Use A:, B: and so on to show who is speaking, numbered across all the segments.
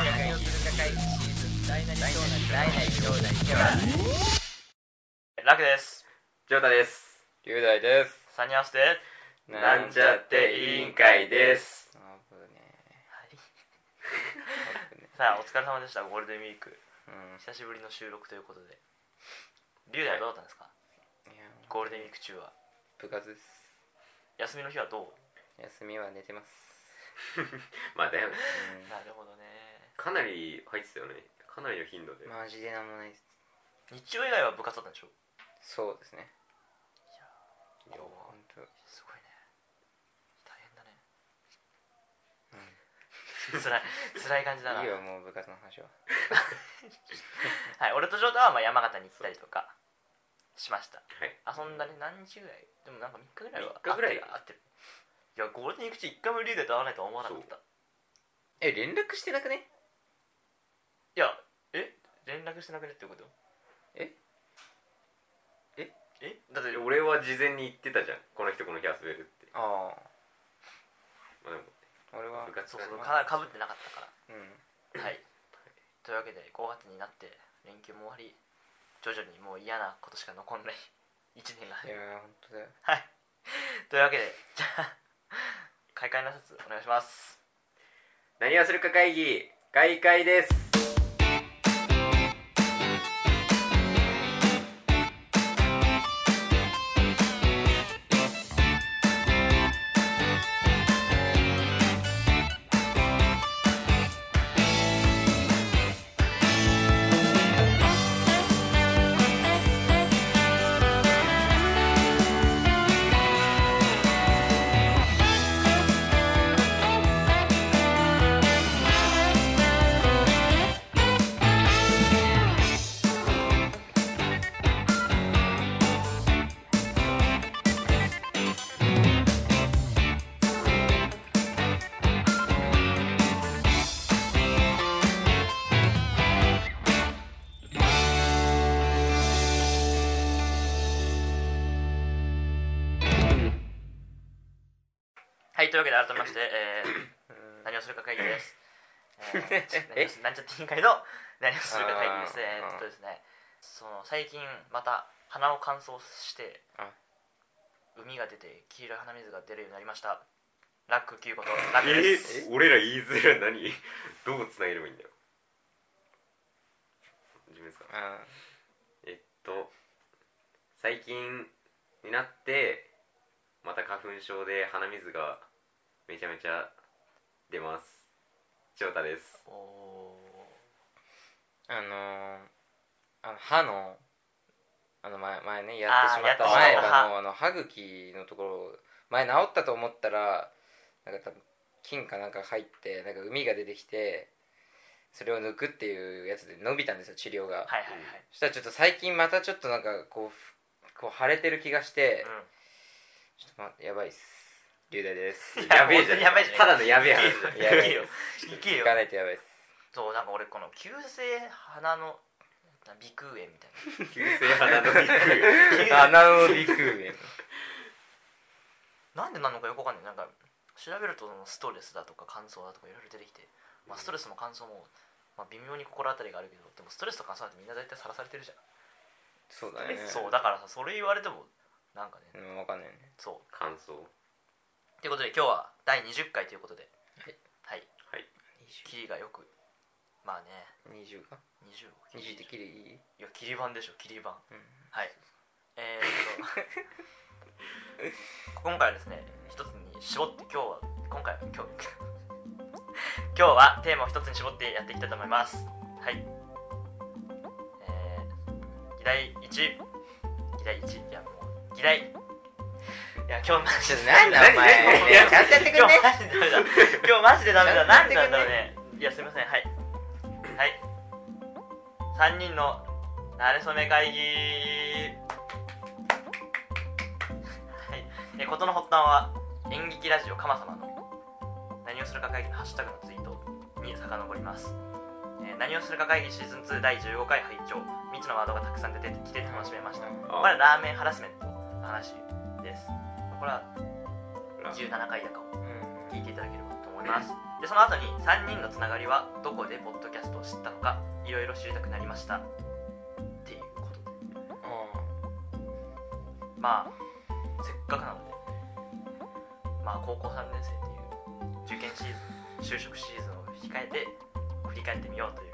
A: 回シーズン大なり小なり
B: 大なり小なり
A: 兄弟
C: ラクです
B: ジョータです。
D: 龍大です
C: サニアスで
B: なんちゃって委員会です。
D: 危ね
C: さあお疲れ様でしたゴールデンウィーク
D: えうん
C: 久しぶりの収録ということでリュウダイはどうだったんですか
D: いや
C: ゴールデンウィーク中は
D: 部活です
C: 休みの日はどう
D: 休みは寝てます
B: まあだよね。
D: う
C: なるほどね
B: かなり入ってたよね。かなりの頻度で。
D: んマジでなんもないです
C: 日曜以外は部活だったんでしょ
D: そうですね
C: いや
B: よ
D: 本当
C: すごいね大変だね
D: う
C: 辛い辛い感じだな
D: ん
C: い
D: いよもう部活の話は
C: はい俺とジョータはまあ山形に行ったりとかしました
B: はい。
C: 遊んだね何日ぐらいでもなんか3日ぐらいは
B: 三日ぐらい
C: あってるあってるいやゴールデンウィーク中1回もリュウダイと会わないとは思わなかった
D: え連絡してなくね
C: いやえ連絡してなくねってこと
D: え
B: え
C: えだって
B: で俺は事前に言ってたじゃん。この人この日遊べるって。
D: あ
B: まあでも、
D: あ俺は
B: 部活
C: そうそう
B: か
C: かかぶってなかったか
D: うん
C: らは いというわけで5月になって連休も終わり徐々にもう嫌なことしか残んない1 年が
D: いやー本当だよ
C: はいというわけでじゃあ開会の挨拶お願いします
B: 何をするか会議、開会です。
C: はいというわけで改めまして、え
D: うん
C: ー、何をするか会議 です、えー
D: え
C: 何ちゃって委員会の何をするか会議です
D: あー
C: えー
D: あー
C: っとですねその最近また鼻を乾燥して
D: あ
C: 海が出て黄色い鼻水が出るようになりましたラック9ことラックで
B: え
C: す
B: 俺ら言いづらい何どう繋げればいいんだよ。自分ですか
D: あ
B: えっと、最近になって、また花粉症で鼻水がめちゃめちゃ出ます。翔太です。
C: おお
D: ーあのーあの歯のあの前前ねやって
C: あー
D: しまった
B: やって
D: 前
B: しまった
C: 歯
D: 歯のあの歯茎のところ前治ったと思ったらなんか多分菌かなんか入ってなんか海が出てきてそれを抜くっていうやつで伸びたんですよ治療が、
C: はいはいはい、
D: そしたらちょっと最近またちょっとなんかこうふこう腫れてる気がして、
C: うん
D: ちょっと、ま、やばいっす龍大です
C: いや
B: やべえじ
C: 本当
B: ゃん。
C: にやばいじゃん
B: ただのやべえ話
C: いや
B: だよ。
C: いやいやいけ
D: 行
C: よ
D: かないとやばいっす
C: そうなんか俺この急性鼻のな鼻腔炎みたいな
B: 急性鼻のびっくり。
D: 穴のビクーベン
C: なんでなのかよくわかんないなんか調べるとそのストレスだとか乾燥だとかいろいろ出てきて、まあ、ストレスも乾燥も、まあ、微妙に心当たりがあるけどでもストレスと乾燥なんてみんな大体さらされてるじゃん、
D: そうだね
C: そうだからさそれ言われてもなんかね
D: うんわかんないよね
C: そう
B: 感想。
C: ということで今日は第20回ということで
D: はい、
C: はい、
B: はい。
C: キリがよくまあね
D: 20か
C: 20を切
D: 20ってきりいい、
C: いやキリ版でしょキリ版
D: うん、
C: はいえー、っと今回はですね一つに絞って今日は今回は今日今日はテーマを一つに絞ってやっていきたいと思いますはいえー、議題1議題1いやもう議題いや今日マジ
D: ちょっ
C: で
D: となんだお前
C: 何何いや
D: ちゃんとやってくん
C: 今
D: ね
C: 日マジでダメだ今日マジでダメだ
D: ちゃ
C: なんんで
D: とや
C: な
D: ってくんね
C: んだろうねいやすいませんはいはい3人のなれそめ会議はいえ事の発端は演劇ラジオ鎌様の何をするか会議のハッシュタグのツイートに遡ります、えー何をするか会議シーズン2第15回拝聴未知のワードがたくさん出てきて楽しめましたこれはラーメンハラスメントの話ですこれは
B: ラ
C: 17回だかを
D: うん
C: 聞いていただければと思いますはでその後に3人のつながりはどこでポッドキャストを知ったのかいろいろ知りたくなりましたっていうことでまあせっかくなのでまあ高校3年生っていう受験シーズン就職シーズンを控えて振り返ってみようという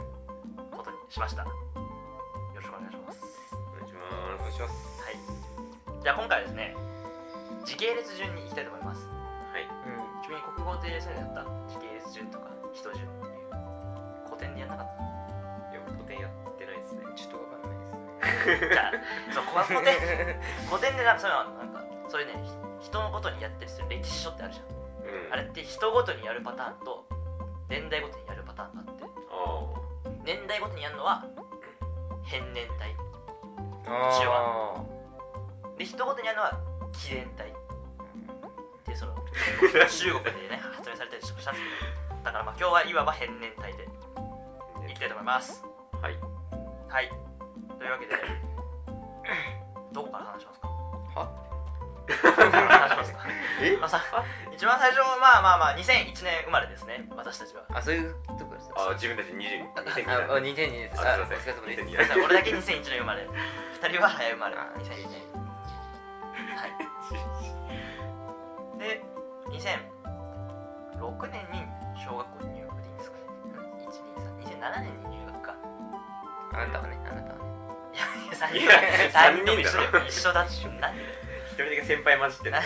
C: ことにしましたよろしくお願いします
B: お願いしま
D: お願いします
C: はいじゃあ今回はですね時系列順に行きたいと思います
B: すはい
D: うん
C: 君国語でそういうのやった時系列順とか人順っていう古典でやんなかった
B: いや古典やってないですね
D: ちょっとわかんないですね
C: じゃあそう古古典古典でなんかそういうのなんかそういうねひ人のことにやったりする歴史書ってあるじゃん
B: うん
C: あれって人ごとにやるパターンと年代ごとにやるパターンがあって
B: ああ
C: 年代ごとにやるのは変年代
D: あ
C: で人ごとにやるのは紀伝代っていうその中国で ね発明されたりしたんですけどだからまあ今日はいわば変年代でいきたいと思います
B: はい
C: はい。というわけで、どこから話しますかど
D: は
C: こから話しますか
B: え
C: まあさ、一番最初はまあまあまあ、2001年生まれですね、私たちは。
D: あそういうとこです
B: あ自分たち20 2002
D: ああ
B: だ
D: 2002です
B: あ
D: あ
B: すいません
D: お疲れ様です
B: 2002
C: 皆さん俺だけ2001年生まれ、二人は早生まれ、2001年。はい。で、2006年に小学校入学でいいんですかね。1、2、3、2007年に入学か。
D: あなたはねあなたはね
C: いや、3
B: い
C: 人
B: や
C: 三人とも一緒
B: 三人だ
C: だ
B: ろ
C: よ。一緒だっしょ。なんで
B: 一人だけ先輩混じってる
C: は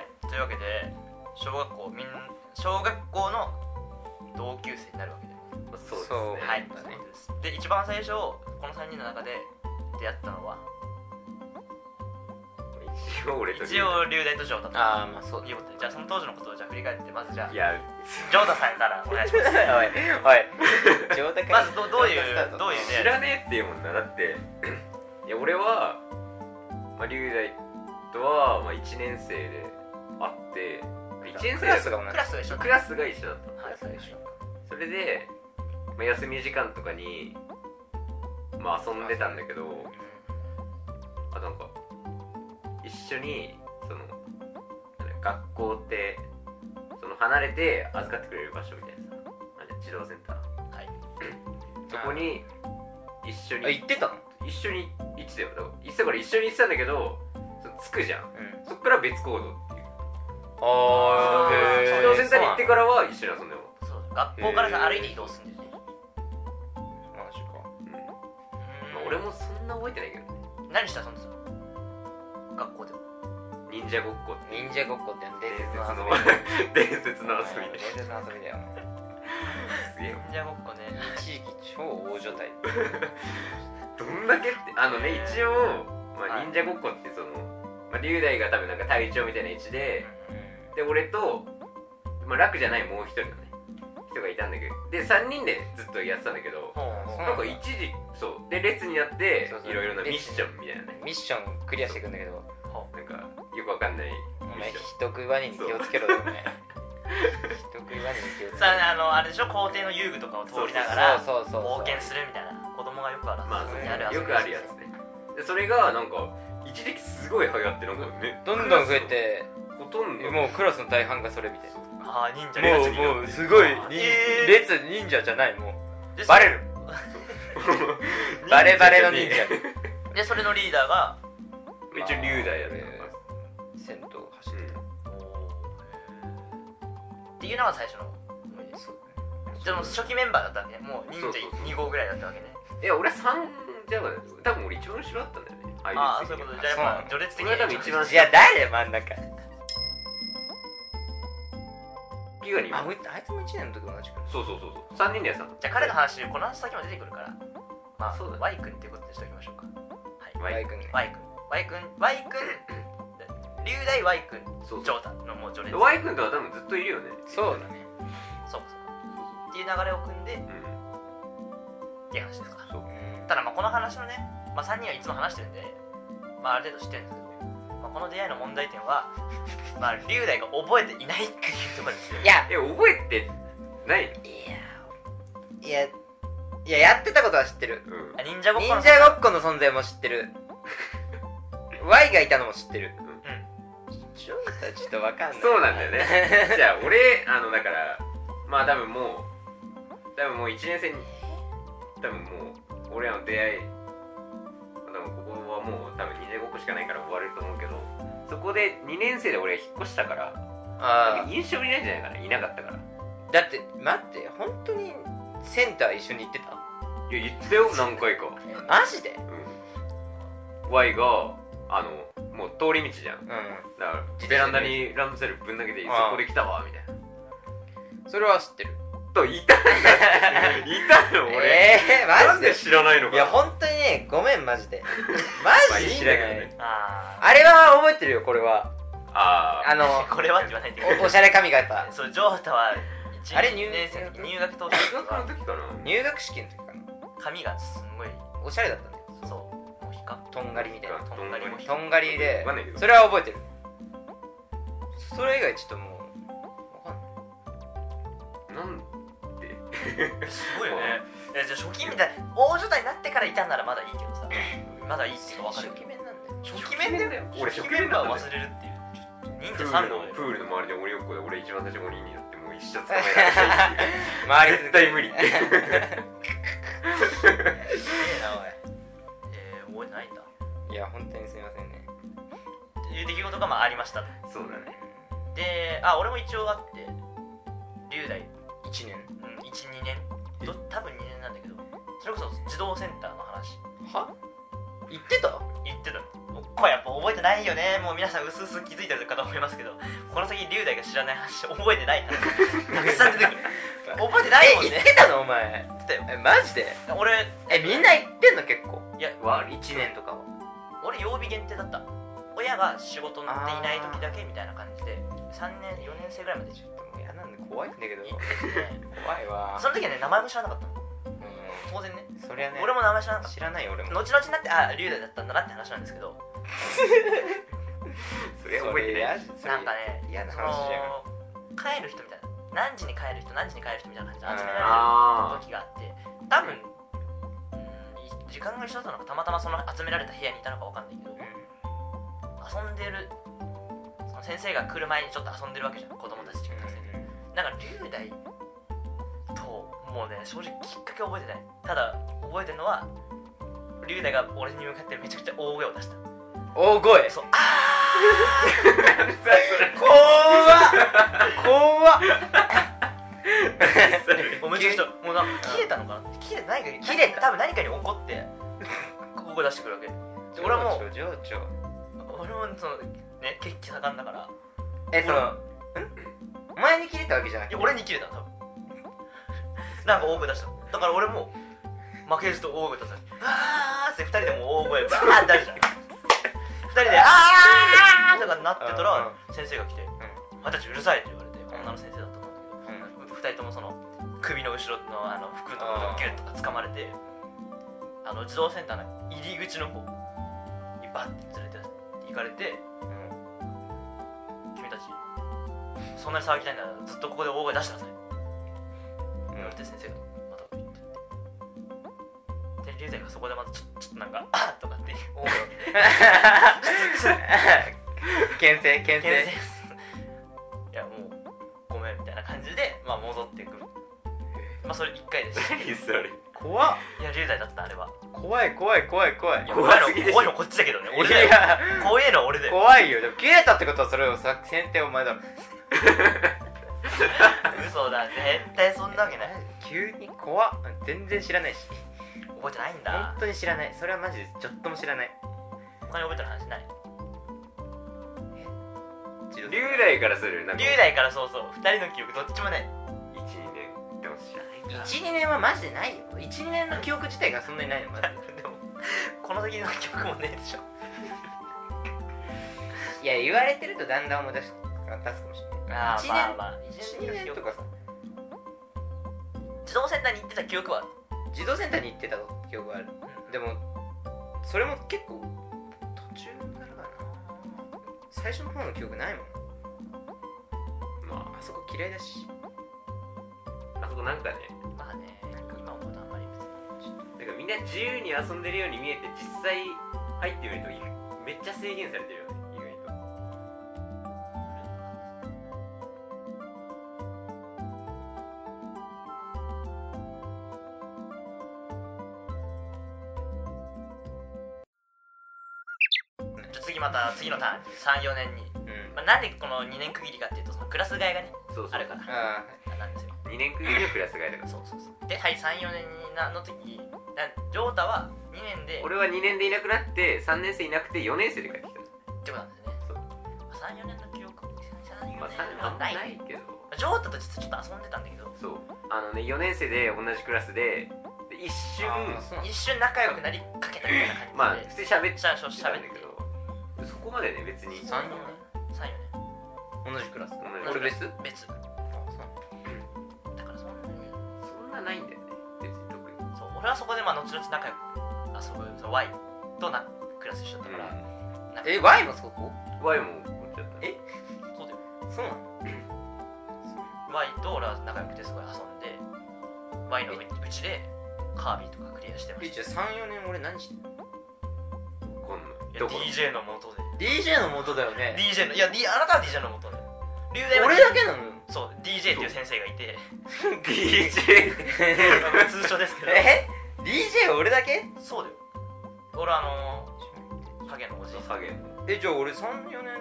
C: い、というわけで小学校みん小学校の同級生になるわけで、
B: そうです
D: そう
B: ね
C: はい
D: そう
C: そうですで一番最初この3人の中で出会ったのは
B: 一応俺と
C: 一応龍大と城太と
D: ああまあ そう
C: いうことでじゃあその当時のことをじゃあ振り返ってまずじゃあ
B: いや
C: 城太さんからお願いしま す
D: おいおい 上手
C: まずどどういうどういう
B: 知
C: 出会い
B: らねえって言うもんなだって いや俺は、まあ、龍大とは、まあ、1年生で会って1年生
D: ク
B: だ
D: ラ
B: っ
D: ス
B: た
D: が同じ
C: クラスが一緒だ
B: クラスが一緒だった
C: はい
D: クラスが一緒
B: それで、まあ、休み時間とかに、まあ、遊んでたんだけどあとなんか一緒にそのなんだ学校ってその離れて預かってくれる場所みたいなさあれ児童センター
C: はい
B: そこに一緒
D: あ
B: に
D: 行ってたの
B: 一緒に行ってたよだから行ってたから一緒に行ってたんだけどその着くじゃん
D: うん
B: そっから別行動っていう
D: あ
C: ー
B: 児
C: へー
B: 童センターに行ってからは一緒に遊んでも
C: そう学校からさ歩いて移動するんだよね
D: マジか
B: うんまあ、俺もそんな覚えてないけどね
C: 何して遊んでたの学校で
B: 忍者ごっこって
D: 忍者ごっこって伝
B: 伝
D: 説
B: 説
D: の
B: の
D: 遊びだよ
B: 伝説の遊びで
D: 伝説の遊びだよ
B: すげえよ
C: じゃあごっこね
D: 一時期超大所帯
B: どんだけってあのね
C: へー
B: 一応、ま
C: は
B: あ、
C: い
B: 忍者ごっこってその、まあ、龍大が多分なんか隊長みたいな位置でで俺と、まあ、楽じゃないもう一人のね人がいたんだけどで3人でずっとやってたんだけど
C: ほう
D: そう
B: なんか一時そうで列になって
D: そうそう
B: いろいろな
D: 列
B: ミッションみたいなね
D: ミッションクリアしていくんだけど
C: ほ
B: なんかよくわかんない
D: お
B: ミッ
D: 前
B: ション
D: 人食いワニに気をつけろよお前人食いワニに気をつけろ
C: うさああのあれでしょ校庭の遊具とかを通りながら
D: そうそうそうそう
C: 冒険するみたいな子供がよくある
B: まあ
D: そう
C: やる
B: そう
C: 遊
B: よ
C: び
B: くあるやつねでそれがなんか一時期すごい流行ってなんかね
D: どんどん増えて
B: ほとんど
D: もうクラスの大半がそれみたいな
C: ああ忍者
B: もう
D: もうすごい
C: え
D: 忍
C: ー
D: 列忍者じゃないも
C: で
D: うバレる
B: う
D: バレバレの忍
B: 忍
D: 者
B: 者
C: でそれのリーダーが
B: 一応龍大やってたから
D: 戦闘走ってた
C: っていうのが最初の思い出
D: そう
C: でも初期メンバーだったわけねもう忍
B: そう
C: 者
B: そうそう
C: 2号ぐらいだったわけね
B: いや俺3じゃなかった多分俺一番後ろだったんだよね
C: あ
B: あ
C: あそういうこと
B: で
C: でじゃあやっぱ序列的に
B: 俺は多分一番
D: いや誰真ん中
B: ギガに
D: あもう一あいつも1年の時も同じくらい
B: そうそうそうそう3人でやってたの
C: じゃあ彼の話この話先も出てくるからまあ
B: そうだね
C: Y 君っていうことにしておきましょうかはい
D: Y 君ね
C: Y 君 Y 君 Y 君龍大 Y 君
B: そう
C: ジョータ
B: そ
C: のもう序列
B: う Y 君とは多分ずっといるよね
D: そうだね
C: そうかそうかっていう流れを組んでっ
B: うん
C: ていう話ですか
B: そう
D: うん
C: ただまあこの話のね、まあ、3人はいつも話してるんで、まあ、ある程度知ってるんですけど、まあ、この出会いの問題点は、 まあ、龍大が覚えていないっていうところですよ
D: いや
B: え覚えてない
D: いやいややってたことは知ってる
B: うん
C: あ忍者ごっ
D: 忍
C: この
D: 者ごっこの存在も知ってる Y がいたのも知ってる
C: うん
D: ちょいたちょっとわかんない
B: そうなんだよねじゃあ俺あのだからまあ多分もう多分もう1年生に多分もう俺らの出会いまあ多分ここはもう多分2年後しかないから終われると思うけどそこで2年生で俺引っ越したから
D: あ
B: 印象にないんじゃないかないなかったから
D: あだって待って本当にセンター一緒に行ってた
B: いや言ったよ何回か
A: え
D: マジで
B: うん Y があのもう通り道じゃん
D: う
B: だ
D: ん
B: から
D: 自
B: ベ
D: 転車で
B: ランダにランドセルぶん投げてそ
D: ああ
B: こで来たわみたいな
D: それは知ってる
B: といたん だいたの俺、
D: ええー、
B: なん
D: マジで
B: で知らないのか
D: い
B: な
D: や本当にねごめんマジでマジでいいんじゃない、
B: ね
C: ああ
D: あれは覚えてるよこれは
B: あ
D: あの
C: これはって言わないでくだ
D: おおし
C: さい
D: ゃれ髪型
C: そうジョータは一
D: あれ入
C: 1年生の時入学当初
B: 中学の
C: は
B: 時かな
D: 入学式の時かな
C: 髪がすんごい
D: おしゃれだったんだよ
C: そうもうひか
D: とんがりみたいな
C: とんがりもひ
D: とんがりで
B: わかんないけど
D: それは覚えてるそれ以外ちょっともうわかんない
B: なんです
C: ごいよねいやじゃあ初期みたい大所帯になってからいたならまだいいけどさまだいいっていうか分かる
D: 初期面なんだよ
C: 初期メンだよ
B: 俺
C: 初
B: 初
C: 期メ
B: 期メ
C: ン
B: ン
C: バ
B: バ
C: ー
B: ー
C: を
B: を
C: 忘
B: 忘
C: れるっていう忍
B: プ
C: 者3
B: ー
C: 号
B: ルの
C: だよ
B: プールの周りで鬼ごっこで俺一番最初に鬼になってもう一生捕まえられないっていう
D: 周 り
B: 絶対無理
D: えな
C: えー、覚えてないんだっ
D: おいいや本当にすみませんね
C: ていう出来事がまあありましたと
B: そうだね
C: であ俺も一応あって龍大、
D: 1年
C: うん、12年ど多分2年なんだけどそれこそ児童センターの話
D: は行ってた
C: 言ってたのこれやっぱ覚えてないよねもう皆さんうすうす気づいてるかと思いますけどこの先龍大が知らない話覚えてない話たくさん出てくる覚えてないもん
D: え行
C: ね
D: ってたのお前
C: 言ってたよ
D: えマジで
C: 俺
D: えみんな行ってんの結構
C: いや
B: わ
D: 1年とかは
C: 俺曜日限定だった親が仕事になっていない時だけみたいな感じで3年4年生ぐらいまで
D: ちょっともう嫌なんで怖いんだ けど
C: 行っててね
D: 怖いわ
C: その時はね名前も知らなかったの
D: う
C: 当然ね
D: んそりゃね
C: 俺も名前知らなかっ
D: 知らない俺
C: た
D: も
C: 後々になってあ龍大だったんだなって話なんですけど
B: それ覚えてない
D: それ
C: なんかね
D: 嫌な
C: そ
D: 話じゃん
C: の帰る人みたいな何時に帰る人何時に帰る人みたいな感じで集められる時
B: あ
C: があって多分、うん、時間が一緒だったのかたまたまその集められた部屋にいたのかわかんないけど遊んでるその先生が来る前にちょっと遊んでるわけじゃん子供たち中学生でなんか龍大ともうね正直きっかけ覚えてないただ覚えてるのは龍大が俺に向かってめちゃくちゃ大声を出した
D: 大声
C: そうあー
D: 怖っ怖っ
C: もうめちゃくちゃもうなんか切れたのかな切れてないか
D: 切れた
C: 多分何かに怒って大声出してくるわけで俺はもう
D: 情緒情緒
C: 俺もそのね血気盛んだから
D: えそのんお前に切れたわけじゃないく
C: や
D: て
C: 俺に切れたの多分なんか大声出したのだから俺も負けずと大声出したのあーって二人でもう大声バーって出るじゃん二人であーとかなってたら先生が来て「あたちうるさい」って言われて女の先生だったと思うんだけど二人ともその首の後ろのあの服とかをギュッとか掴まれてあの児童センターの入り口の方にバッて連れて行かれて君たちそんなに騒ぎたいならずっとここで大声出してなさい言われて先生がまた言ってで龍大がそこでまたちょちょっとなん か「あっ!」とかっていう大声を
D: 牽制牽
C: け
D: 制
C: て いやもうごめんみたいな感じで、まあ、戻ってくるまあそれ1回 です
B: ー何それ
D: 怖っ
C: いや龍大だったあれは
D: 怖い怖い怖い怖い
C: いや
B: 怖
C: 怖
B: す
C: い
B: ぎ
C: の
B: でしょ
C: 怖いのこっちだけどね俺
D: い
C: だよ
D: や
C: 怖いのは俺だよ
D: 怖いよでも切れたってことはそれをさ先手お前だろ
C: 嘘だ絶対そんなわけない
D: 急に怖っ全然知らないし
C: 覚えてないんだ
D: 本当に知らないそれはマジでちょっとも知らない
C: 他に覚えてる話ない
D: 龍
B: 龍大からするなんか
C: 龍大からそうそう2人の記憶どっちもない
B: 12年でも知らないから
D: 12年はマジでないよ12年の記憶自体がそんなにないのまず
C: でもこの先の記憶もねえでしょ
D: いや言われてるとだんだん思い出し出すかもしれない
C: あー
D: 一年
C: まあまあ
D: 12年とかさ
C: 自動センターに行ってた記憶は
D: 児童センターに行ってた記憶があるでもそれも結構途中からかな最初の方の記憶ないもん
B: ま
D: あそこ嫌いだし
B: ああそこなんかね
C: まあね今思うとあんまり別に
B: なんかみんな自由に遊んでるように見えて実際入ってみるとめっちゃ制限されてるよね意外と
C: 次また次のターン34年に、
D: うん
C: まあ、なんでこの2年区切りかっていうとそのクラス替えがね
B: そうそう
C: あるから
D: あ
C: なんですよ
B: 2年くらいのクラス替えだから
C: そうそうそうではい34年になの時なジョータは2年で
B: 俺は2年でいなくなって3年生いなくて4年生で帰ってき
C: ってことなんですね
B: そう
C: 34年の記憶34
B: た
C: 年
B: ま
C: は
B: あ3年
C: な、
B: ないいけど
C: ジョータと実はちょっと遊んでたんだけど
B: そうあのね4年生で同じクラスでで一瞬
D: あそうなんだ
C: 一瞬仲良くなりかけたみたいな感じで、
B: まあ普通に喋っ
C: し
B: ちゃ
C: ゃしょ
B: って
C: したゃ
B: ん
C: べ
B: だ
C: って
B: けどそこまでね別に
D: 三
C: 34年
D: 同じクラス
B: 同じ
D: 俺別
C: 34年別だからそんなに
B: そんなないんだよね別に特に
C: そう俺はそこでまあ後々仲良く遊ぶその Y となクラス一緒だったから、なんか
D: え Y もそこ
B: Y もこっちだった
D: え
C: そうだよ
D: そうなの
C: Y と俺は仲良くてすごい遊んで Y のううちでカービィとかクリアしてま
D: え
C: し
D: じゃあ34年俺何してんの
B: こんの
C: たいや
B: どこ
C: DJ の元で
D: DJ の元だよね
C: DJ のいや、D、あなたは DJ の元で龍大は
D: 俺だけなのよ
C: そう DJ っていう先生がい て
B: DJ
C: まあ通称ですけど
D: え DJ 俺だけ
C: そうだよ俺あのー、影のおじいさ
B: ハゲ
D: えじゃあ俺34年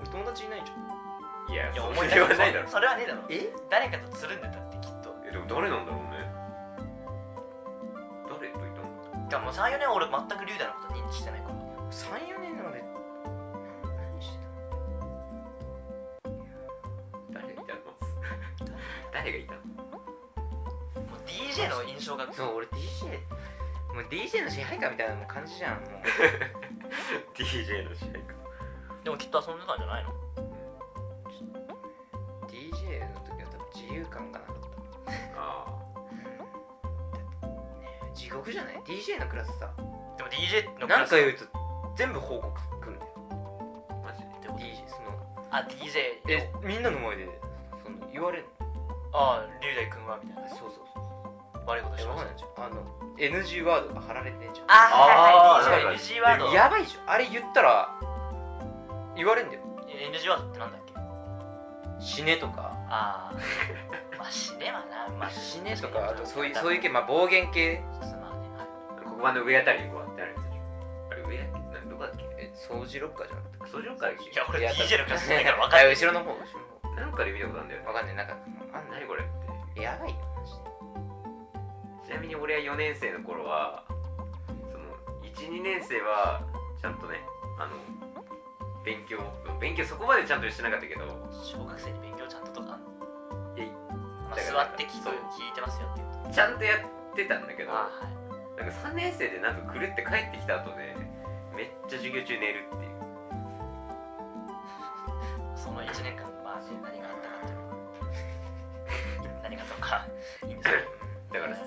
D: 俺友達いないじゃん
B: いや
C: んいや
B: そん
C: 思
B: ない
C: 出
B: 言わないだろ
C: それはねえだろ
D: え
C: 誰かとつるんでたってきっと
B: えでも誰なんだろうね誰といたの
C: でも34年は俺全く龍大のこと認知してないから
D: 34年の俺何して
B: 誰がいたの誰がいたの
C: もう DJ の印象が
D: たのそう俺 DJ もう DJ の支配下みたいなもう感じじゃんもう
B: DJ の試合か
C: でもきっと遊んでたんじゃないの
D: DJ の時は多分自由感がなかっ
B: あ
D: た地獄じゃない DJ のクラスさ
C: でも DJ のク
D: な
C: ラ
D: ん
C: ス
D: か言うと全部報告来るんだよ
B: あマジで
C: ってこと
D: DJ その
C: あ DJ
D: えみんなの前でその言われる
C: ああ龍大君はみたいな
D: のそうそうそう
C: 悪いこと
D: え
C: し
D: わ
C: ま
D: か
C: し
D: ん
C: た
D: ないじゃんあの NG ワードが貼られてんじゃん
C: あーはいはい
B: あー
C: はい NG ワード
D: やばいじゃんあれ言ったら言われんだよ
C: NG ワードってなんだっけ
D: 死ねとか、
C: あ あまあ死ねはなまあ
D: 死ねとかあとそういうそういう系まあ暴言系
C: そうまあねはい
B: 黒板の上あたりにこうやってあるやつでしょあれ上だっけなんどこだっけ
D: え掃除ロッカーじゃなくて
B: 掃除の会議
C: いや俺
D: いや
C: DJ のクラスじゃないから分かんない
D: や後ろの方後ろの
B: なんかで見たことあるんだよ
D: 方
B: ね
D: わかんないなんかあんな
B: 何これって
D: いやばいよマジで
B: ちなみに俺は4年生の頃はその12年生はちゃんとねあの勉強勉強そこまでちゃんとしてなかったけど
C: 小学生に勉強ちゃんととか
B: いや
C: まあ
B: だか
C: 座
B: ら
C: って聞く
B: そう
C: 聞いてますよっていう
B: ちゃんとやってたんだけど
C: あ
B: な
C: あはい
B: んか3年生でなんか狂って帰ってきた後でめっちゃ授業中寝るっていう
C: その1年間まあね何があったかっていう の何がとかいいんですけど
B: だからね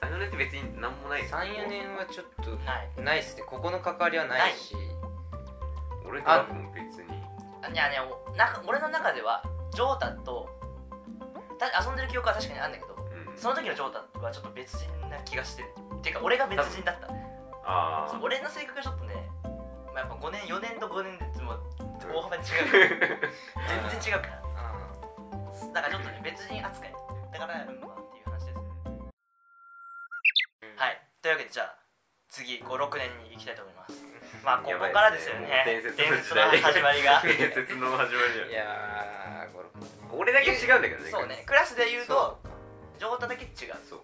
B: 34年って別に何もない
D: 34年はちょっ
C: ない
D: とないっすねここの関わりはないし
B: 俺とラクも別に
C: いやねおなんか俺の中ではジョータとた遊んでる記憶は確かにあるんだけど
B: うん
C: その時のジョータはちょっと別人な気がしてるっていうか俺が別人だった
B: あ
C: そう
B: あ
C: 俺の性格がちょっとね、まあ、やっぱ5年4年と5年でもう大幅に違う全然違うから
D: あ
C: だからちょっとね別人扱いだからうんまあっていう話ですね
D: ー
C: はいというわけでじゃあ次56年に行きたいと思い ます
D: うん
C: まあここからですよね
B: やばいですねもう伝説の
C: 伝
B: 時代
C: 説の始まりが
B: 伝説の始まりじゃん
D: いやーこれ
B: 俺だけ違うんだけどね
C: そうねクラスで言うと
D: そう
C: ジョータだけ違う
B: そう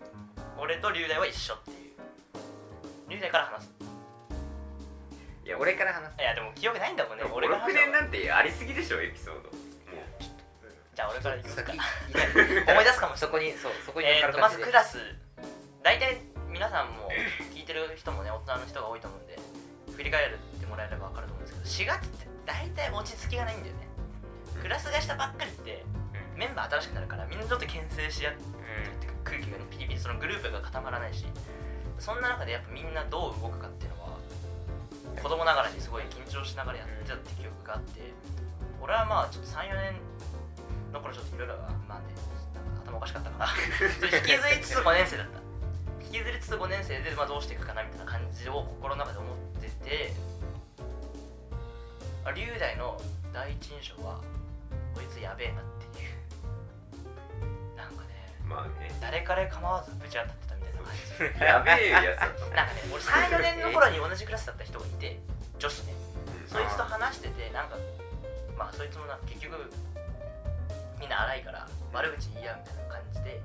C: 俺と龍大は一緒っていう龍大から話す
B: いや
D: 俺から話す
C: いやでも記憶ないんだもんね俺から
B: 56
C: 話す
B: 年なんてありすぎでしょエピソードもう
C: じゃあ俺から行きます
D: 先
C: か
D: い
C: 思い出すかもし
D: そこにそうそこに
C: れないえーとまずク
D: ス
C: ラス大体皆さんも聞いてる人もね大人の人が多いと思うんで振り返るってもらえれば分かると思うんですけど4月って大体落ち着きがないんだよねクラス替えしたばっかりってメンバー新しくなるからみんなちょっと牽制し合ってっていうか空気がねピリピリそのグループが固まらないしそんな中でやっぱみんなどう動くかっていうのは子供ながらにすごい緊張しながらやってたって記憶があって俺はまあちょっと34年の頃ちょっといろいろまあねなんか頭おかしかったからちょっと引きずりつつ5年生だった引きずりつつ5年生で、まあ、どうしていくかなみたいな感じを心の中で思っててあ龍大の第一印象はこいつやべえなっていうなんかね
B: ま あね
C: 誰彼構わずぶち当たってたみたいな感 じ
B: やべえやつだった
C: なんかね俺34年の頃に同じクラスだった人がいて女子ねそいつと話しててなんかまあそいつもな結局みんな荒いから悪口言い合うみたいな感じで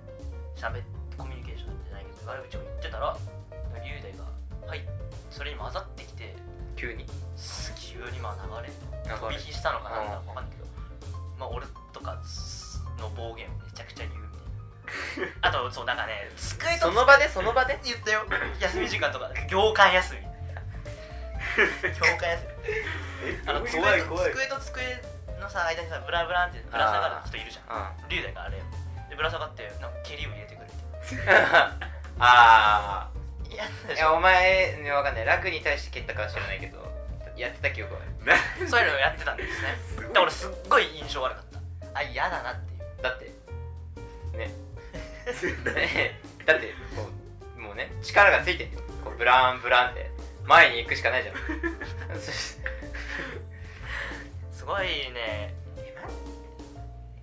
C: 喋ってコミュニケーションじゃないけど悪口を言ってたら龍大が「はい」それに混ざってきて
D: 急に
C: す急にまあ流れ
D: 流れ
C: 飛び火したのかなんだか分かんないけどまあ俺とかの暴言めちゃくちゃ言うみたいなあとそうなんかね机と
D: その場でその場で
C: 言ったよ休み時間とか業間休み業間休みあの机と机と机のさ間にさブラブランってぶら下がる人いるじゃん
D: あ
C: 龍大があれでぶら下がってなんか蹴りを入れてくる
D: あ
C: みたいなやだ
D: ー
C: で
D: い
C: しょ
D: やお前ねわかんない楽に対して蹴ったかは知らないけどやってた記憶はある
C: そういうのをやってたんですね
B: すごい
C: で俺すっごい印象悪かったあ嫌だなっていう
D: だって ねねだってこうもうね力がついてんのこうブランブランって前に行くしかないじゃん そし
C: すごいね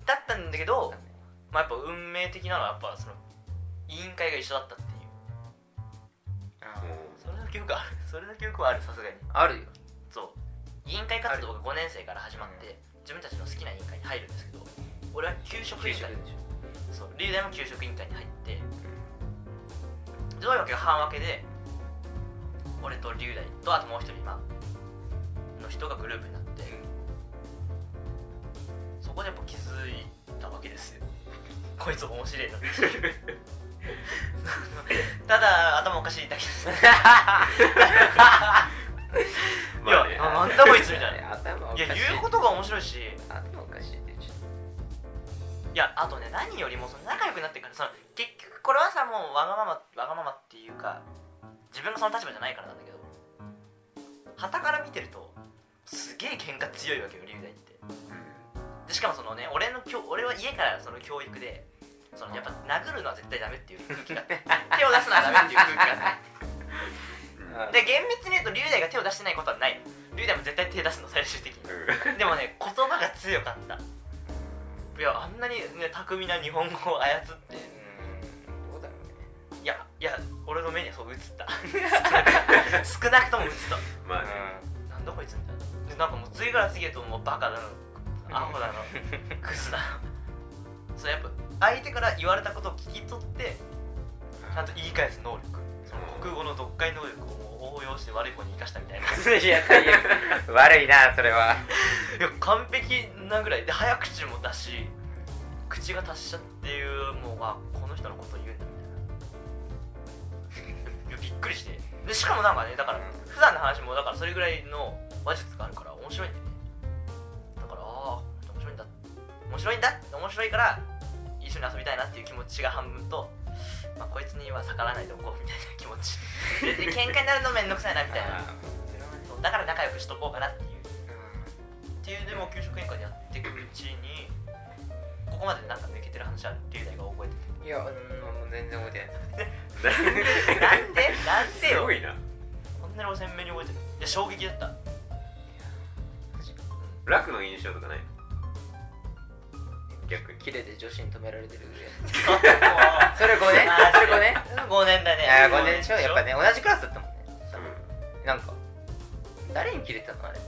C: だったんだけど、まあ、やっぱ運命的なのはやっぱその委員会が一緒だったっていう
D: あー
B: も
C: それだけよくあるそれだけよくはあるさすがに
D: あるよ
C: そう委員会活動が5年生から始まって自分たちの好きな委員会に入るんですけど俺は給食委員
D: 給食
C: 会
D: でしょ
C: そう龍大も給食委員会に入ってどういうわけか半分けで俺と龍大とあともう一人まあの人がグループになって、そこでやっぱ気づいたわけです よこいつ面白い なってただ 頭おかしいだけです
B: うまあ
C: い
B: ね
C: や あなんだこいつみたいな
D: 頭おか
C: い
D: しい
C: や言うことが面白いし
D: 頭おかしいって言っちゃっ
C: いやあとね何よりもその仲良くなってからその結局これはさもうわがままわがままっていうか自分がその立場じゃないからなんだけど旗から見てるとすげえ喧嘩強いわけよ龍大ってでしかもそのね俺の教俺は家からその教育でそのやっぱ殴るのは絶対ダメっていう空気があって手を出すのはダメっていう空気があって
D: うん
C: で厳密に言うと龍大が手を出してないことはないの龍大も絶対手出すの最終的にでもね言葉が強かったいやあんなに、ね、巧みな日本語を操って
D: てうんどうだろうね
C: いやいや俺の目にはそう映った 少なくとも映った
B: うんまあね
C: なんだこいつみたいなでなんかもう次から次へともうバカだのアホだのクズだのそうやっぱ相手から言われたことを聞き取ってちゃんと言い返す能力その国語の読解能力をもう応用して悪い方に生かしたみたいない
D: うんいや最悪悪いなそれは
C: や完璧なぐらいで早口も出し口が達者っていうもうあこの人のことを言うんだみたいないや びっくりしてでしかもなんかねだから普段の話もだからそれぐらいの話術があるから面白いんだよねだからああ面白いんだ面白いんだ面白いから一緒に遊びたいなっていう気持ちが半分と、まあ、こいつには逆らわないでおこうみたいな気持ち別に喧嘩になるのめんどくさいなみたいな
D: あーそれはね
C: そうだから仲良くしとこうかなっていう
D: うん
C: っていうでも給食委員会でやっていくうちにここまでなんか抜けてる話は龍大が覚えて て
D: いや、うん、もう全然覚えてない。
C: なんでなんです よ
B: ごいな
C: こんなにお鮮明に覚えてるいや衝撃だった
B: 楽の印象とかない逆に
D: 綺麗で女子に止められてるやつ。
C: そ
D: それ5 年
C: あー
D: それ5年
C: 5年だね
D: いや、5年でしょやっぱね、同じクラスだったもんね。
B: う
D: なんか、誰にキレてたのあれ。
C: あ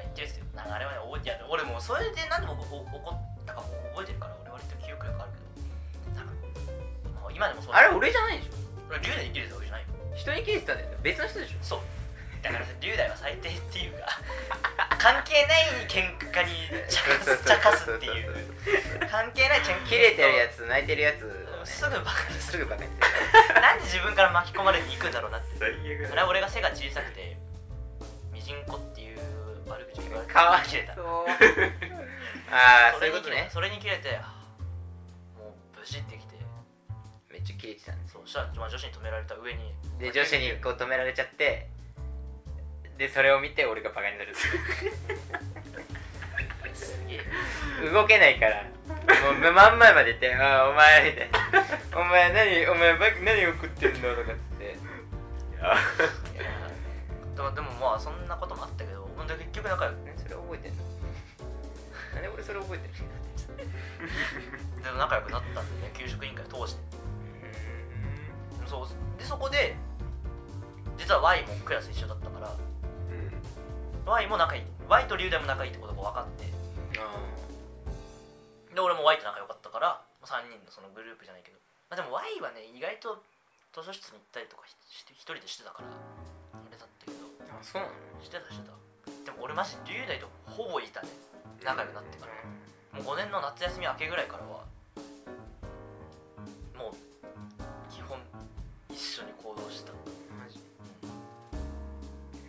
C: 言ってるっすよなんかあれはね覚えてやる俺もうそれで何度もお怒ったかも覚えてるから俺割と記憶力あるけどなんか、まあ、今でもそう
D: あれ、俺じゃないでしょ
C: 俺龍大に切れたわけじゃないよ
D: 人にキレてたんだよね。別の人でしょ
C: そうだからさ龍大は最低っていうか関係ない喧嘩に茶化す茶化すっていう関係ないちゃん
D: キレてるやつ、泣いてるやつをね、
C: すぐバカにす
D: す
C: る
D: ぐバカにす
C: なんで自分から巻き込まれていくんだろうなって
B: ん最悪
C: そ
B: だ
C: れは俺が背が小さくてミジンコっていう悪口を言われ
D: る。
C: て
D: かわい
C: 切れた
D: そう。ああ、
C: そ
D: そうい
C: れ
D: う
C: に
D: ことね。
C: それに切れてあーもうブシってきて
D: めっちゃキレてたんです。
C: そうしたらまあ女子に止められた上に
D: で、女子にこう止められちゃって、で、それを見て俺がバカになる。
C: すげえ
D: 動けないからもう真ん前まで行って「あーお前」みたいな「お前何お前バカ何送ってんの?」とかっつって
B: あ
C: いやーでもでもまあそんなこともあったけどほんで結局仲良く
D: 何それ覚えてんのなんで俺それ覚えてる
C: でも仲良くなったんでね給食委員会を通してそうでそこで実は Y もクラス一緒だったから
B: うん
C: Y も仲いい Y と龍大も仲いいってことが分かってで俺も Y と仲良かったから3人のそのグループじゃないけど、まあ、でも Y はね意外と図書室に行ったりとかひして一人でしてたからあれだったけど
D: あそうなの
C: してたしてたでも俺マジ龍大とほぼいたね仲良くなってからもう5年の夏休み明けぐらいからはもう基本一緒に行動してた
D: マジ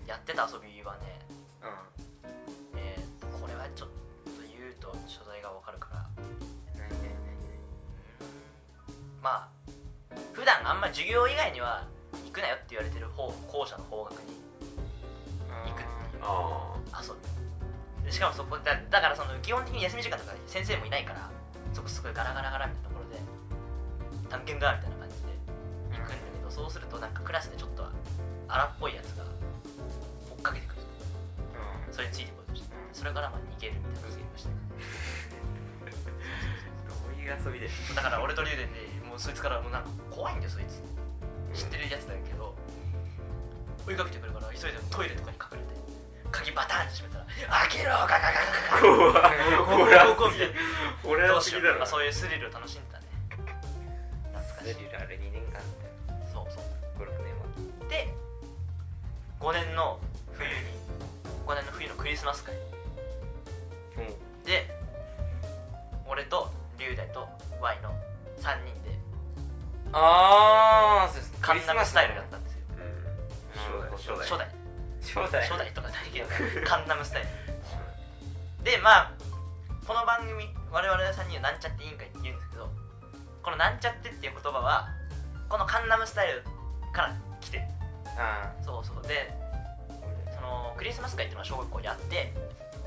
C: やってた遊びはね、
D: う
C: えーとこれはちょっと言うと所在がわかるから
D: んないないないない
C: まあ普段あんま授業以外には行くなよって言われてる方校舎の方角に行くっていう
B: あ
C: 遊びでしかもそこだだからその基本的に休み時間とか先生もいないからそこすごいガラガラガラみたいなところで探検がみたいな感じで行くんだけどそうするとなんかクラスでちょっと荒っぽいやつが追っかけてくる
D: う
C: それについてこようとしてそれからまあ逃げるみたいなことやりましたね
B: あどういう遊びで
C: だから俺と竜電でもうそいつからもうなんか怖いんだよそいつ知ってるやつだけど追いかけてくるから急いでトイレとかに隠れて鍵バタンって閉めたら「開けろガガガガガガ
B: 怖
C: ゴーゴ
B: っホラ
C: ーゴーゴー
B: ー
C: み
B: す
C: た
B: ぎ
C: いな
B: ホラ
C: ど
B: ー
C: うし
B: す
C: よ
B: ぎ
C: う
B: だろ
C: まあそういうスリルを楽しんでたね懐かしい
D: んスリルあれ2年間だ
C: そう
D: よ
C: そう
D: 56年は
C: で5年の冬に5年の冬のクリスマス会
D: うん
C: で俺と龍大と Y の3人で
D: ああそうです
C: カンナムスタイルやったんですよ
B: うん初
C: 初
B: 代
C: 代
D: 初代
C: 初代とかないけどカンナムスタイル でまあこの番組我々3人はなんちゃって委員会って言うんですけどこのなんちゃってっていう言葉はこのカンナムスタイルから来てる
D: あ
C: そうそうでそのクリスマス会っていうのは小学校であって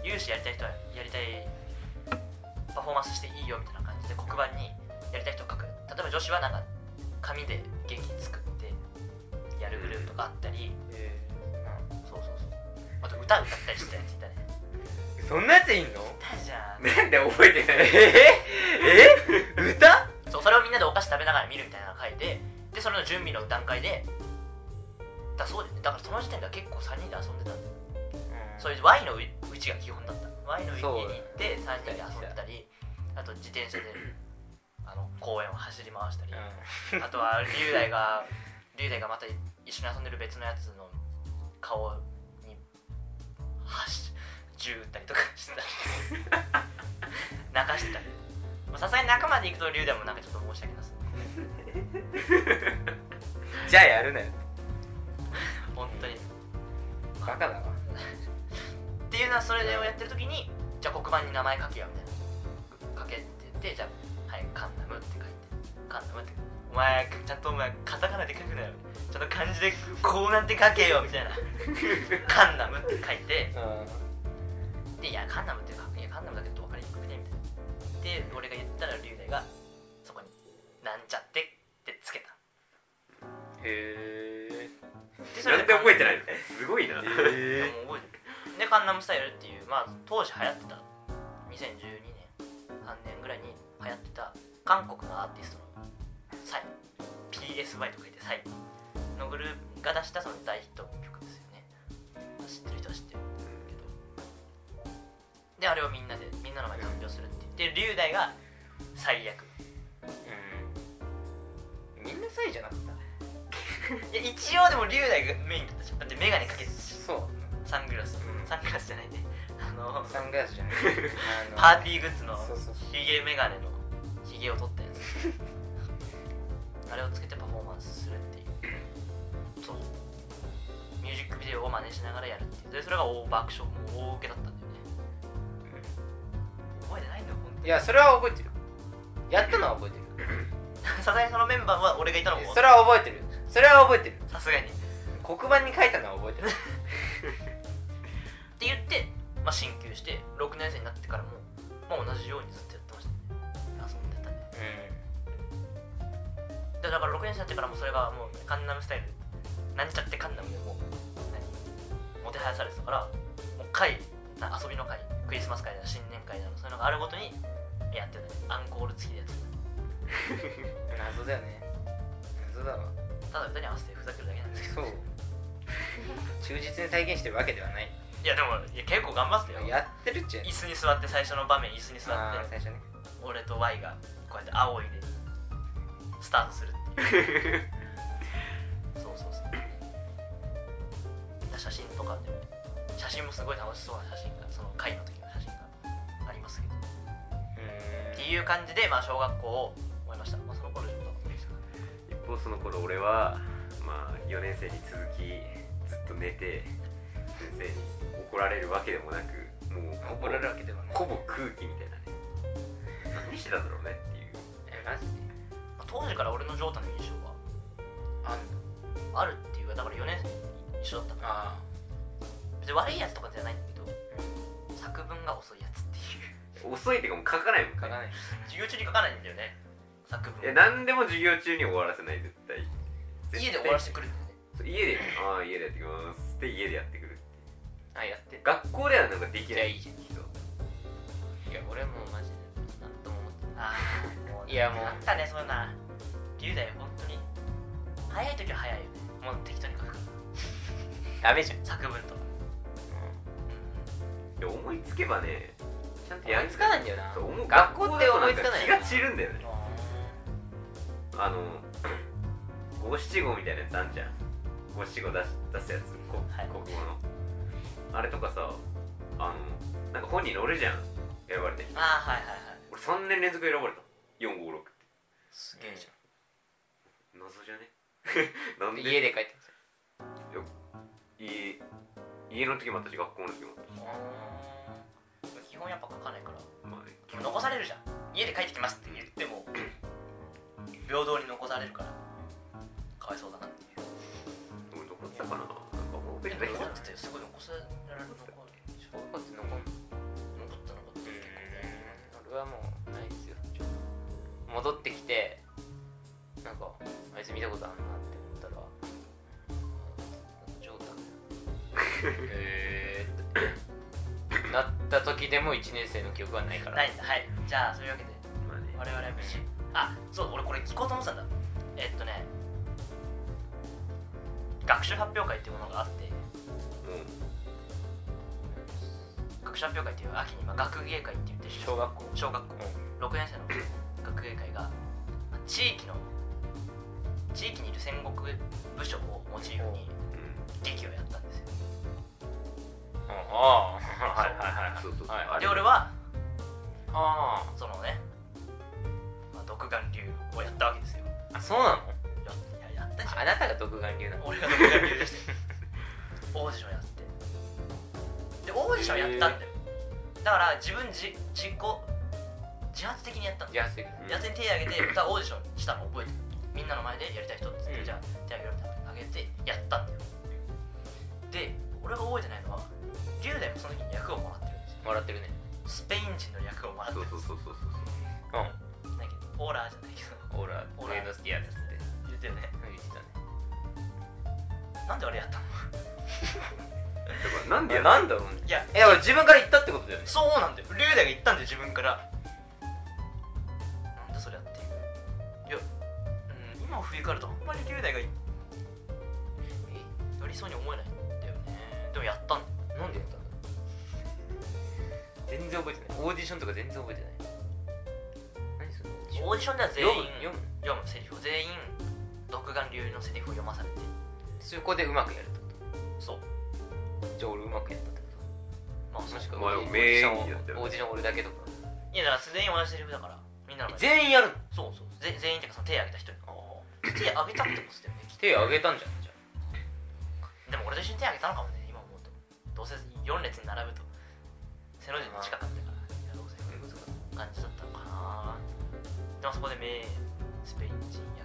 C: 有志やりたい人はやりたいパフォーマンスしていいよみたいな感じで黒板にやりたい人を書く例えば女子はなんか紙で劇作ってやるグループとかあったり、
D: え
C: そうそうそうあと歌歌ったりしてたやついたね
D: そんなやつい んの
C: 歌じゃん
B: なんで覚えてない
D: ええ歌
C: そうそれをみんなでお菓子食べながら見るみたいなのを書いてでそれの準備の段階でだそうですねだからその時点では結構3人で遊んでたんだよそういう Y のううちが基本だった Y の家に行って3人で遊んでたりあと自転車であの公園を走り回したりあとは龍大が 龍大がまた一緒に遊んでる別のやつの顔にはし銃撃ったりとかしてた泣かしてたりまあさすがに中まで行くと龍大もなんかちょっと申し訳なさそう
D: じゃあやるなよ
C: 本当に
D: バカだわ
C: っていうのはそれをやってる時にじゃあ黒板に名前書けよみたいな書けって言ってじゃあはいカンナムって書いてカンナムってお前ちゃんとお前カタカナで書くなよちゃんと漢字でこうなんて書けよみたいなカンナムって書いてでいやカンナムって書くいやカンナムだけど分かりにくくねみたいなで俺が言ったら龍大がそこになんちゃってってつけた
D: へえ
C: で
B: なんで覚えてないのすごいな
C: で
D: え
C: も覚えてるでカンナムスタイルっていうまあ当時流行ってた2012年3年ぐらいに流行ってた韓国のアーティストのサイ PSY と書いてサイのグループが出したその大ヒット曲ですよね知ってる人は知ってるけどであれをみんなでみんなの前で発表するって言って龍大が最悪
D: みんなサイじゃなかった
C: いや一応でも龍大がメインだったじゃんだって眼鏡かけてたし
D: そ
C: サングラス
D: うん
C: サングラスじゃないねあの
D: うサングラスじゃない
C: パーティーグッズの
D: そうそうそう
C: ヒゲメガネのヒゲを取ったやつ あれをつけてパフォーマンスするっていうそうミュージックビデオを真似しながらやるっていうでそれが大爆笑もう大受けだったんだよね覚えてないんだよ本当
D: いやそれは覚えてるやったのは覚えてる
C: にさすがにそのメンバーは俺がいたのも
D: それは覚えてるそれは覚えてる
C: さすがにっ
D: 黒板に書いたのは覚えてる
C: て言って、まあ、進級して6年生になってからも、まあ、同じようにずっとやってましたね遊んでたねでだから6年生になってからもうそれがもうカンナムスタイルなんちゃってカンナムでもう何もてはやされてたからもう会な遊びの会クリスマス会だ新年会だそういうのがあるごとにやってたアンコール付きでやって
D: うん謎だよね謎だわ
C: たただ歌に合わせてふざけるだけなんですけど
D: そう忠実に体現してるわけではない
C: いやでもいや結構頑張ってたよ
D: やってるっちゅうね
C: 椅子に座って最初の場面椅子に座
D: あー
C: って
D: 最初ね
C: 俺と Y がこうやって青いでスタートするっていうそ うそうそう写真とかでも写真もすごい楽しそうな写真がその会の時の写真がありますけどって
D: う
C: いう感じで、まあ、小学校を思いました、まあ、その頃ちょっとでしたか
B: 一方その頃俺はまあ4年生に続きずっと寝て先生に怒られるわけでもなくもう
D: ーん怒られるわけでもない
B: ほぼ空気みたいなね何してたんだろうねっていう
D: えマジで
C: まあ当時から俺のジョータの印象は
D: あん
C: あるっていうかだから4年生一緒だったから
D: あ
C: 別に悪いやつとかじゃないんだけど作文が遅いやつっていう
B: 遅いっていうかもう書かないもん
D: 書かない
C: 授業中に書かないんだよね作文
B: いや何でも授業中に終わらせない絶対
C: 家で終わらせて
B: く
C: くるんだよね
B: る家でああ家でやってきますって家でやってくる
D: あやって
B: 学校ではなんかできない
D: じゃあいい
B: 人
D: いや俺はもうマジでなんとも思って
C: ああもう
D: いやもう
C: あったねそういうのは龍だよ本当に早い時は早いよもう適当に書くから
D: ダメじゃん
C: 作文とか
B: いや思いつけばねちゃんとや
D: 思
B: る
D: いつかないんだよな
B: そう思う
D: 学校って思いつかない
B: 学校だとん気が散るんだよねあの五七五みたいなやつあんじゃん五七五出し出すやつこ
C: はい
B: 国語のあれとかさあのなんか本に載るじゃん選ばれて
C: ああはいはいはい
B: 俺3年連続選ばれた456って
C: す
D: げえじ
B: 謎じゃね なんで
D: 家で書いて
B: 家家の時もあったし学校の時もあっ
C: ゃんうん基本やっぱ書かないから
B: たまあね
C: でも残されるじゃん家で書いてきますって言っても平等に残されるからかわいそうだなっていう
B: 俺残ってたかななんかもう覚えてないけ
C: 残
B: ど
C: ってたよすごい残されられる残る
D: 小学校って残ん
C: 残った残った
D: 俺はもうないですよ戻ってきてなんかあいつ見たことあるなって思ったらジョータ ンへえってなった時でも1年生の記憶はないから
C: ないんだはいじゃあそういうわけで
B: まあね
C: 我々は無事あそう俺これ聞こうと思ってたんだえっとね学習発表会っていうものがあって
B: もう
C: 学習発表会っていう秋に今学芸会って言って
D: 小学校
C: 小学校6年生の学芸会がまあ地域の地域にいる戦国武将をモチーフに
B: うん
C: 劇をやったんですよ
D: ああはいはいはい
B: そうそうそう
D: はい
B: あれ
C: で俺は
D: あ
C: そのね、まあ、独眼竜をやったわけですよ
D: ああそうなの
C: やいややったじゃん
D: あなたが独眼流なの
C: 俺が独眼 竜でしたよオーディションやってでオーディションやったんだよだから自分自自己自発的にやったんだ
D: じ
C: よ
D: ゃあ次
C: やつに手を挙げて 歌オーディションしたの覚えてるみんなの前でやりたい人っつって、
D: うん
C: じゃあ手挙げろって挙げてやったんだよで俺が覚えてないのは龍大もその時に役をもらってるんですよ
D: もらってるね
C: スペイン人の役をもらって
B: そ
C: る
B: うそうそうそうそう
D: う
C: なんだっけオーラーじゃないけど
D: んオーラ
C: オーラ
D: ブエノスティアですって
C: 言ってよね
D: 言ってたね
C: なんで俺やったの
B: だからなんでやる
D: なんだろうね
C: いや
D: えだから自分から言ったってことだよね
C: そうなんだよ龍大が言ったんだよ自分からなんだそりゃっていういや、うん、今振り返るとあんまり龍大がいやりそうに思えないんだよねでもやったんだよ
D: なんでやったんだ全然覚えてないオーディションとか全然覚えてない何それ
C: オーディションでは全員
D: 読む読
C: 読
D: む
C: むセリフを全員独眼流のセリフを読まされて
D: そこでうまくやるってこ
C: そう
D: とじゃあ俺うまくやったって
C: ま
D: こ
C: あ
D: と
C: そう
D: もし
C: い
D: くは
B: まあ
D: オーディショ
B: 名演
D: ン
B: 技だったよね
D: オーディション俺だけとか
C: やだから全員同じセリフだからみんなの前で
D: 全員やるの
C: そうそうぜ全員っていうかその手挙げた人に手挙げたってことだよねきっ
D: 手あげたんじゃんじゃ
C: とでも俺と一緒に手挙げたのかもね今思うとどうせ4列に並ぶと背の字に近かったからいやどうせそういうことか感じだったのかなでもそこで名スペイン人役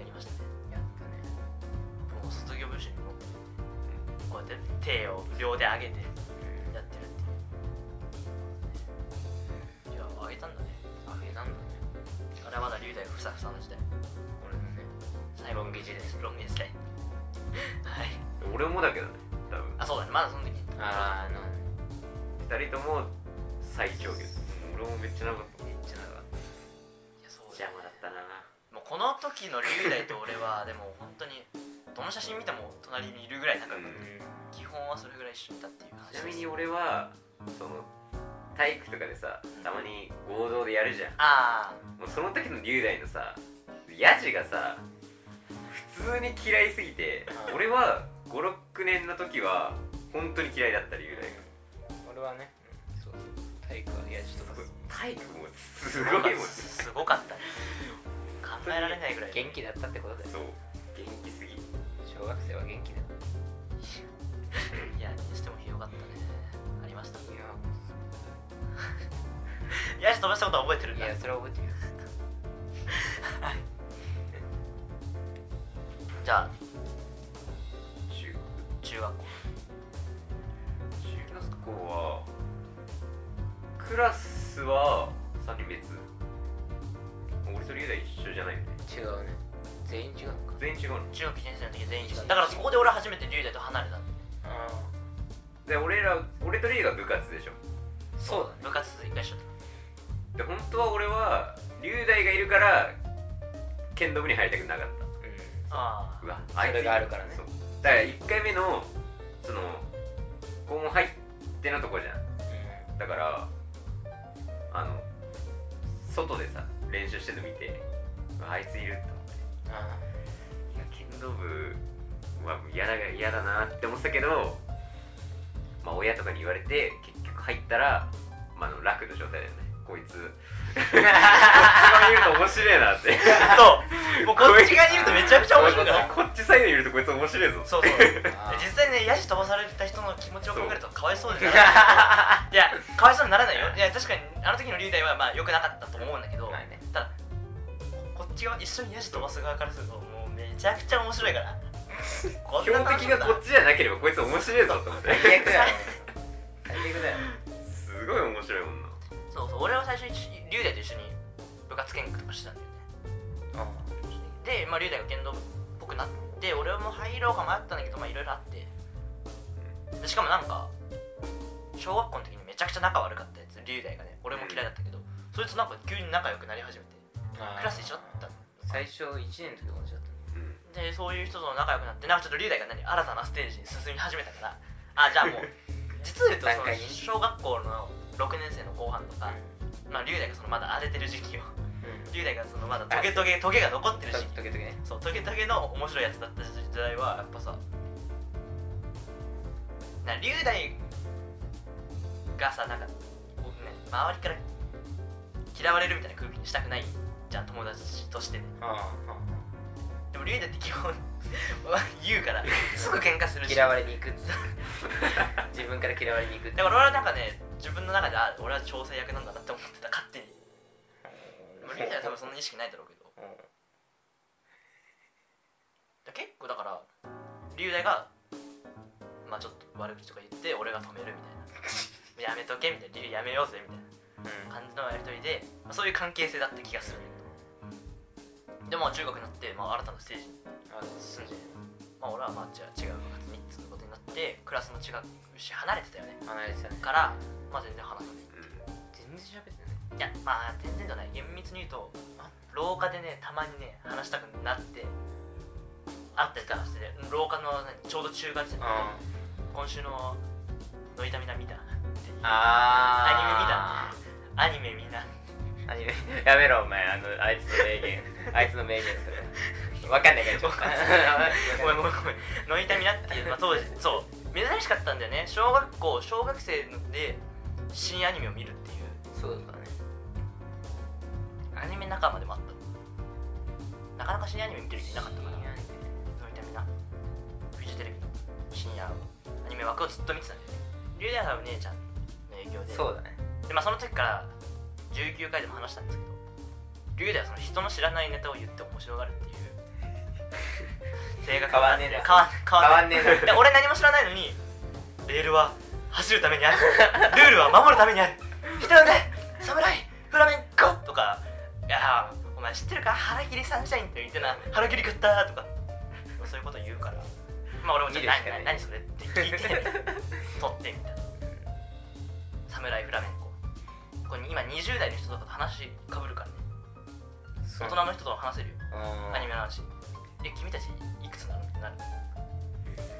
C: やりましたね
D: あやったね
C: もう卒業文集に持ってこうやって手を両手上げてやってるっていういや上げたんだね
D: あげたんだね
C: あれはまだ龍大がふさふさの時代
D: 俺のね
C: 最後の時代ですロン毛時代はい
B: 俺もだけどね多分
C: あそうだねまだその時
D: あーあの
B: 二人とも最強級俺もめっちゃ長かった
D: めっちゃ長かった
C: いやそうだ
B: 邪
C: よ
B: 魔だ
C: ね
B: ったな
C: もうこの時の龍大と俺はでも本当にどの写真見ても隣にいるぐらい仲良かっ
B: うん
C: た基本はそれぐらい一緒にいたっていう話
B: ち
C: で
B: な
C: す
B: みに俺はその体育とかでさたまに合同でやるじゃん
C: あ
B: もうその時の龍大のさヤジがさ普通に嫌いすぎて
D: うん
B: 俺は56年の時は本当に嫌いだった龍大が
D: 俺はね、うんそうそう体育はやじとか
B: 体育もす
C: あ
B: ごいもんね
C: すごかったね考えられないぐらい
D: 元気だったってことだよ
B: そう元気すぎ
D: 小学生は元気だよ
C: いやにしてもひどかったねありました
D: いや
C: ヤジ飛ばしたことは覚えてるん
D: い
C: だ
D: やそれは覚えてるよ
C: じゃあ
B: 中
C: 中学校
B: 中学校はクラスは3人別俺と龍大一緒じゃないよね
D: 違うね全員違うのか
B: 全員違うの
C: 中学1年生の時全員違うだからそこで俺初めて龍大と離れた
D: あ
B: で俺ら俺と龍大が部活でしょ
D: あそうだね
C: 部活一回しちゃっ
B: で本当は俺は龍大がいるから剣道部に入りたくなかった
D: う
C: たあ
B: うわ
D: それが
B: いつ
D: あるからね
B: そうだから1回目のその校門入ってのとこじゃん
D: ん
B: だからあの外でさ練習してるの見てうわあいついると思って
D: あ
B: いや剣道部は嫌だが嫌だなって思ってたけどまあ親とかに言われて結局入ったら、まあ、あの楽の状態だよねこいつこっち側にいると面白いなって
C: そうもうこっち側にいるとめちゃくちゃ面白いから
B: こっちサイドにいるとこいつ面白いぞ
C: そうそう
D: あ
C: 実際ねヤジ飛ばされた人の気持ちを考えるとかわいそうでならないい やかわいそうにならないよいや確かにあの時の龍大はまあ良くなかったと思うんだけど、
D: まあね
C: ただこっち側一緒にヤジ飛ばす側からするともうめちゃくちゃ面白いから こん
B: 標
C: な楽し
B: 的
C: いんだ
B: がこっちじゃなければこいつ面白いぞと思って
D: 最悪だよ最悪だよ
B: すごい面白いもんな
C: そうそう俺は最初一緒に龍大と一緒に部活見学とかしてたんだよね
D: あ
C: で、まあ、龍大が剣道部っぽくなって俺も入ろうか迷ったんだけどまあいろいろあってでしかもなんか小学校の時にめちゃくちゃ仲悪かったやつ龍大がね俺も嫌いだったけど、そいつなんか急に仲良くなり始めて
D: あ
C: クラス一緒だったの
D: 最初1年の時同じだった
B: うん
C: でそういう人と仲良くなってなんかちょっと龍大が何新たなステージに進み始めたからあじゃあもう実を言うとそ
D: 段
C: の
D: 階に
C: 小学校の6年生の後半とか、まあ、龍大がそのまだ荒れてる時期を
D: うん
C: 龍大がそのまだトゲトゲトゲが残ってる時期
D: 時々ね
C: そうトゲトゲの面白いやつだった時代はやっぱさな龍大がさなんかこうね周りから嫌われるみたいな空気にしたくないじゃん友達としてね
D: あ
C: でも龍大って基本 言うからすぐ喧嘩するし
D: 嫌われに行く って自分から嫌われに行くって
C: だから俺はなんかね自分の中であ俺は調整役なんだなって思ってた勝手にでも龍大は多分そんな意識ないだろうけど
D: うん
C: だ結構だから龍大がまあちょっと悪口とか言って俺が止めるみたいなやめとけみたいな龍やめようぜみたいな感じのやりとりで、まあ、そういう関係性だった気がするでも中学になって、まあ、新たなステージに
D: あ
C: 進んで、まあ、俺はまあじゃあ違う部活にっていうことになってクラスも違うし離れてたよね
D: 離れてたね
C: から、まあ、全然話さない
D: 全然喋ってない
C: いやまあ全然じゃない厳密に言うと
D: あ
C: 廊下でねたまにね話したくなって会ったりとかして廊下の、ね、ちょうど中間地点で
D: あ
C: 今週の「のいたみな見た」っていう
D: あ
C: アニメ見たアニメ見な
D: アニメやめろお前あのあいつの名 言あいつの名言それわかんないからちょっと
C: ごめんごめんごめんのいたみなっていう、まあ、当 時そう珍しかったんだよね小学校小学生で新アニメを見るっていう
D: そうだね
C: アニメ仲間でもあったなかなか新アニメ見てる人いなかったからのいたみなフジテレビの深夜アニメ枠をずっと見てたんだよね龍大さんお姉ちゃんの影響で
D: そうだね
C: で、まあ、その時から19回でも話したんですけど龍大はその人の知らないネタを言って面白がるっ ていう性格があって
D: 変わんねえな
C: 変わ変わんねえ
D: 変わんねえな
C: で俺何も知らないのにレールは走るためにあるルールは守るためにある人呼んで侍フラメンコとかいやーお前知ってるか腹切りサンシャインって言ってな腹切り食ったとかそういうこと言うからまあ俺もちょっと
D: 見るしか
C: 何
D: ない
C: 何それって聞いて撮ってみたいな侍フラメンコこれ今20代の人とかと話かぶるからね大人の人と話せるよアニメの話え君たちいくつなのってなる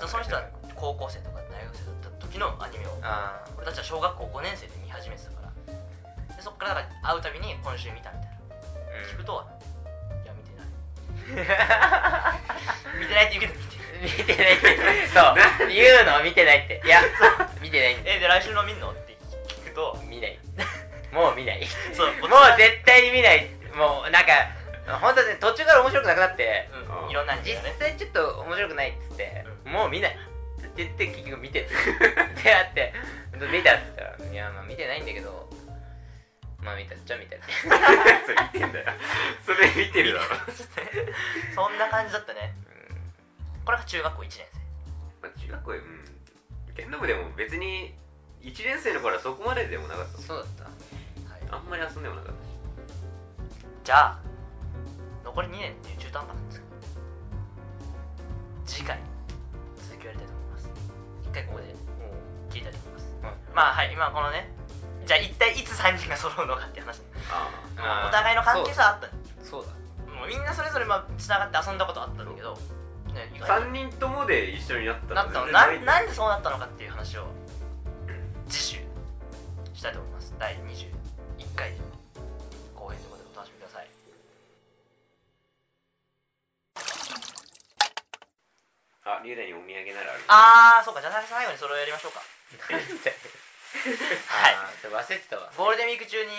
C: その人は高校生とか大学生だった時のアニメを
D: あ
C: 俺たちは小学校5年生で見始めてたからでそっからだから会うたびに今週見たみたいな
D: あ、うん
C: 聞くと「いや見てない」見てないって言うけど見てる
D: 見てないってそう言うの見てないっていや見てないんで
C: えで来週の見んのって聞く と
D: 見ないもう見ない
C: そう
D: もう絶対に見ないもうなんか本当に途中から面白くなくなって、
C: うんいろんなアニメ
D: 実
C: がね
D: 際ちょっと面白くないっつって、
C: う
D: もう見ないって言って結局見ててであって見たっつったら「いやまあ見てないんだけどまあ見たっちゃ見た」って
B: それ見てんだよそれ見てるだろ
C: そんな感じだったねこれが中学校1年
B: まあ、中学校へうん剣道部でも別に1年生の頃はそこまででもなかったもん
D: そうだった
C: 生、はい、
B: あんまり遊んでもなかったし
C: じゃあ残り2年っていう中途半端なんですけど次回続きをやりたいと思います一回ここで切りたいと思いますまあはい今このねじゃあ一体いつ3人が揃うのかっていう話
B: ああ
D: あー
C: お互いの関係さあった
D: そうだ
C: もうみんなそれぞれまあつながって遊んだことあったんだけど、ね、意外と
B: 3人ともで一緒になった
C: なったの
B: 全然
C: ないなんでそうなったのかっていう話を次週したいと思います第21回後編ということでお楽しみください
B: あ龍大にお土産ならある
C: あーそうかじゃあ最後にそれをやりましょうか
D: なんだよ
C: はい
D: あーそれ忘れてたわ
C: ゴールデンウィーク中に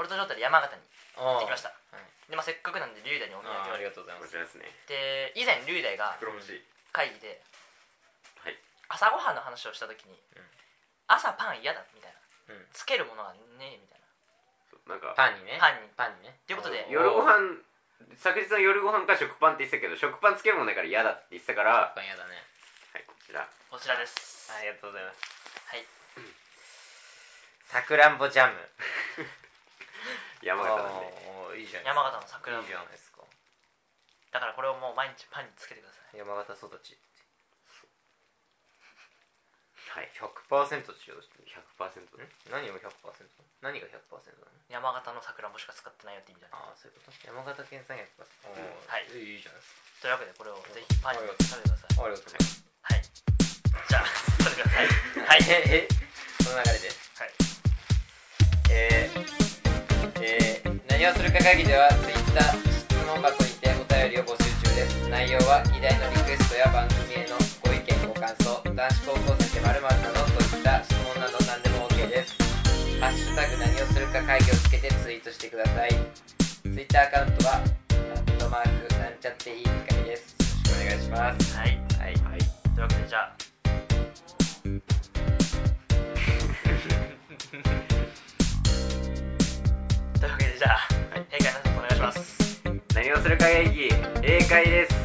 C: 俺とジョータで山形に行ってきましたたで、まあ、せっかくなんで龍大にお土産を
D: あーありがとうございま
B: こ
D: す
B: ちらですね
C: で以前龍大が
B: 黒星
C: 会議で
B: はい
C: 朝ごはんの話をした時に、
D: ん
C: 朝パン嫌だみたいな
D: うん
C: つけるものがねえみたいな
B: そうなんか
D: パンにね
C: パンに
D: パンにね
C: ということで
B: 夜ご飯昨日の夜ご飯か食パンって言ってたけど食パンつけるもんないから嫌だって言ってたからは
D: パンやだね
B: いこちら
C: こちらです
D: ありがとうございます
C: はい
D: さくらんぼジャム
B: 山形なんで
D: おーいいじゃん
C: 山形の桜
D: いいじゃないですか
C: だからこれをもう毎日パンにつけてください
D: 山形育ち
B: はい
D: 100%使用してる
B: 100%ね
D: ん何を 100%? 何が100%なの
C: 山形の桜もしか使ってないよって意味だ
D: ああそういうこと山形県産100%おー
C: はい
D: いいじゃないです
C: というわけでこれをぜひパンに食べてください
D: かありがとうございます
C: はいじゃあ食べてくださいはいはい
D: ええその流れでえー、えー、何をするか会議では Twitter 質問箱にてお便りを募集中です内容は議題のリクエストや番組へのご意見ご感想男子高校生まるなどといった質問など何でも OK ですハッシュタグ何をするか会議をつけてツイートしてください Twitter アカウントはアットマークなんちゃっていい機会ですよろしくお願いします
C: はい
D: はい
B: はい
C: というわけでじゃあというわけでじゃあ、はい、閉会の挨拶お願いします
B: 何をするか会議英会です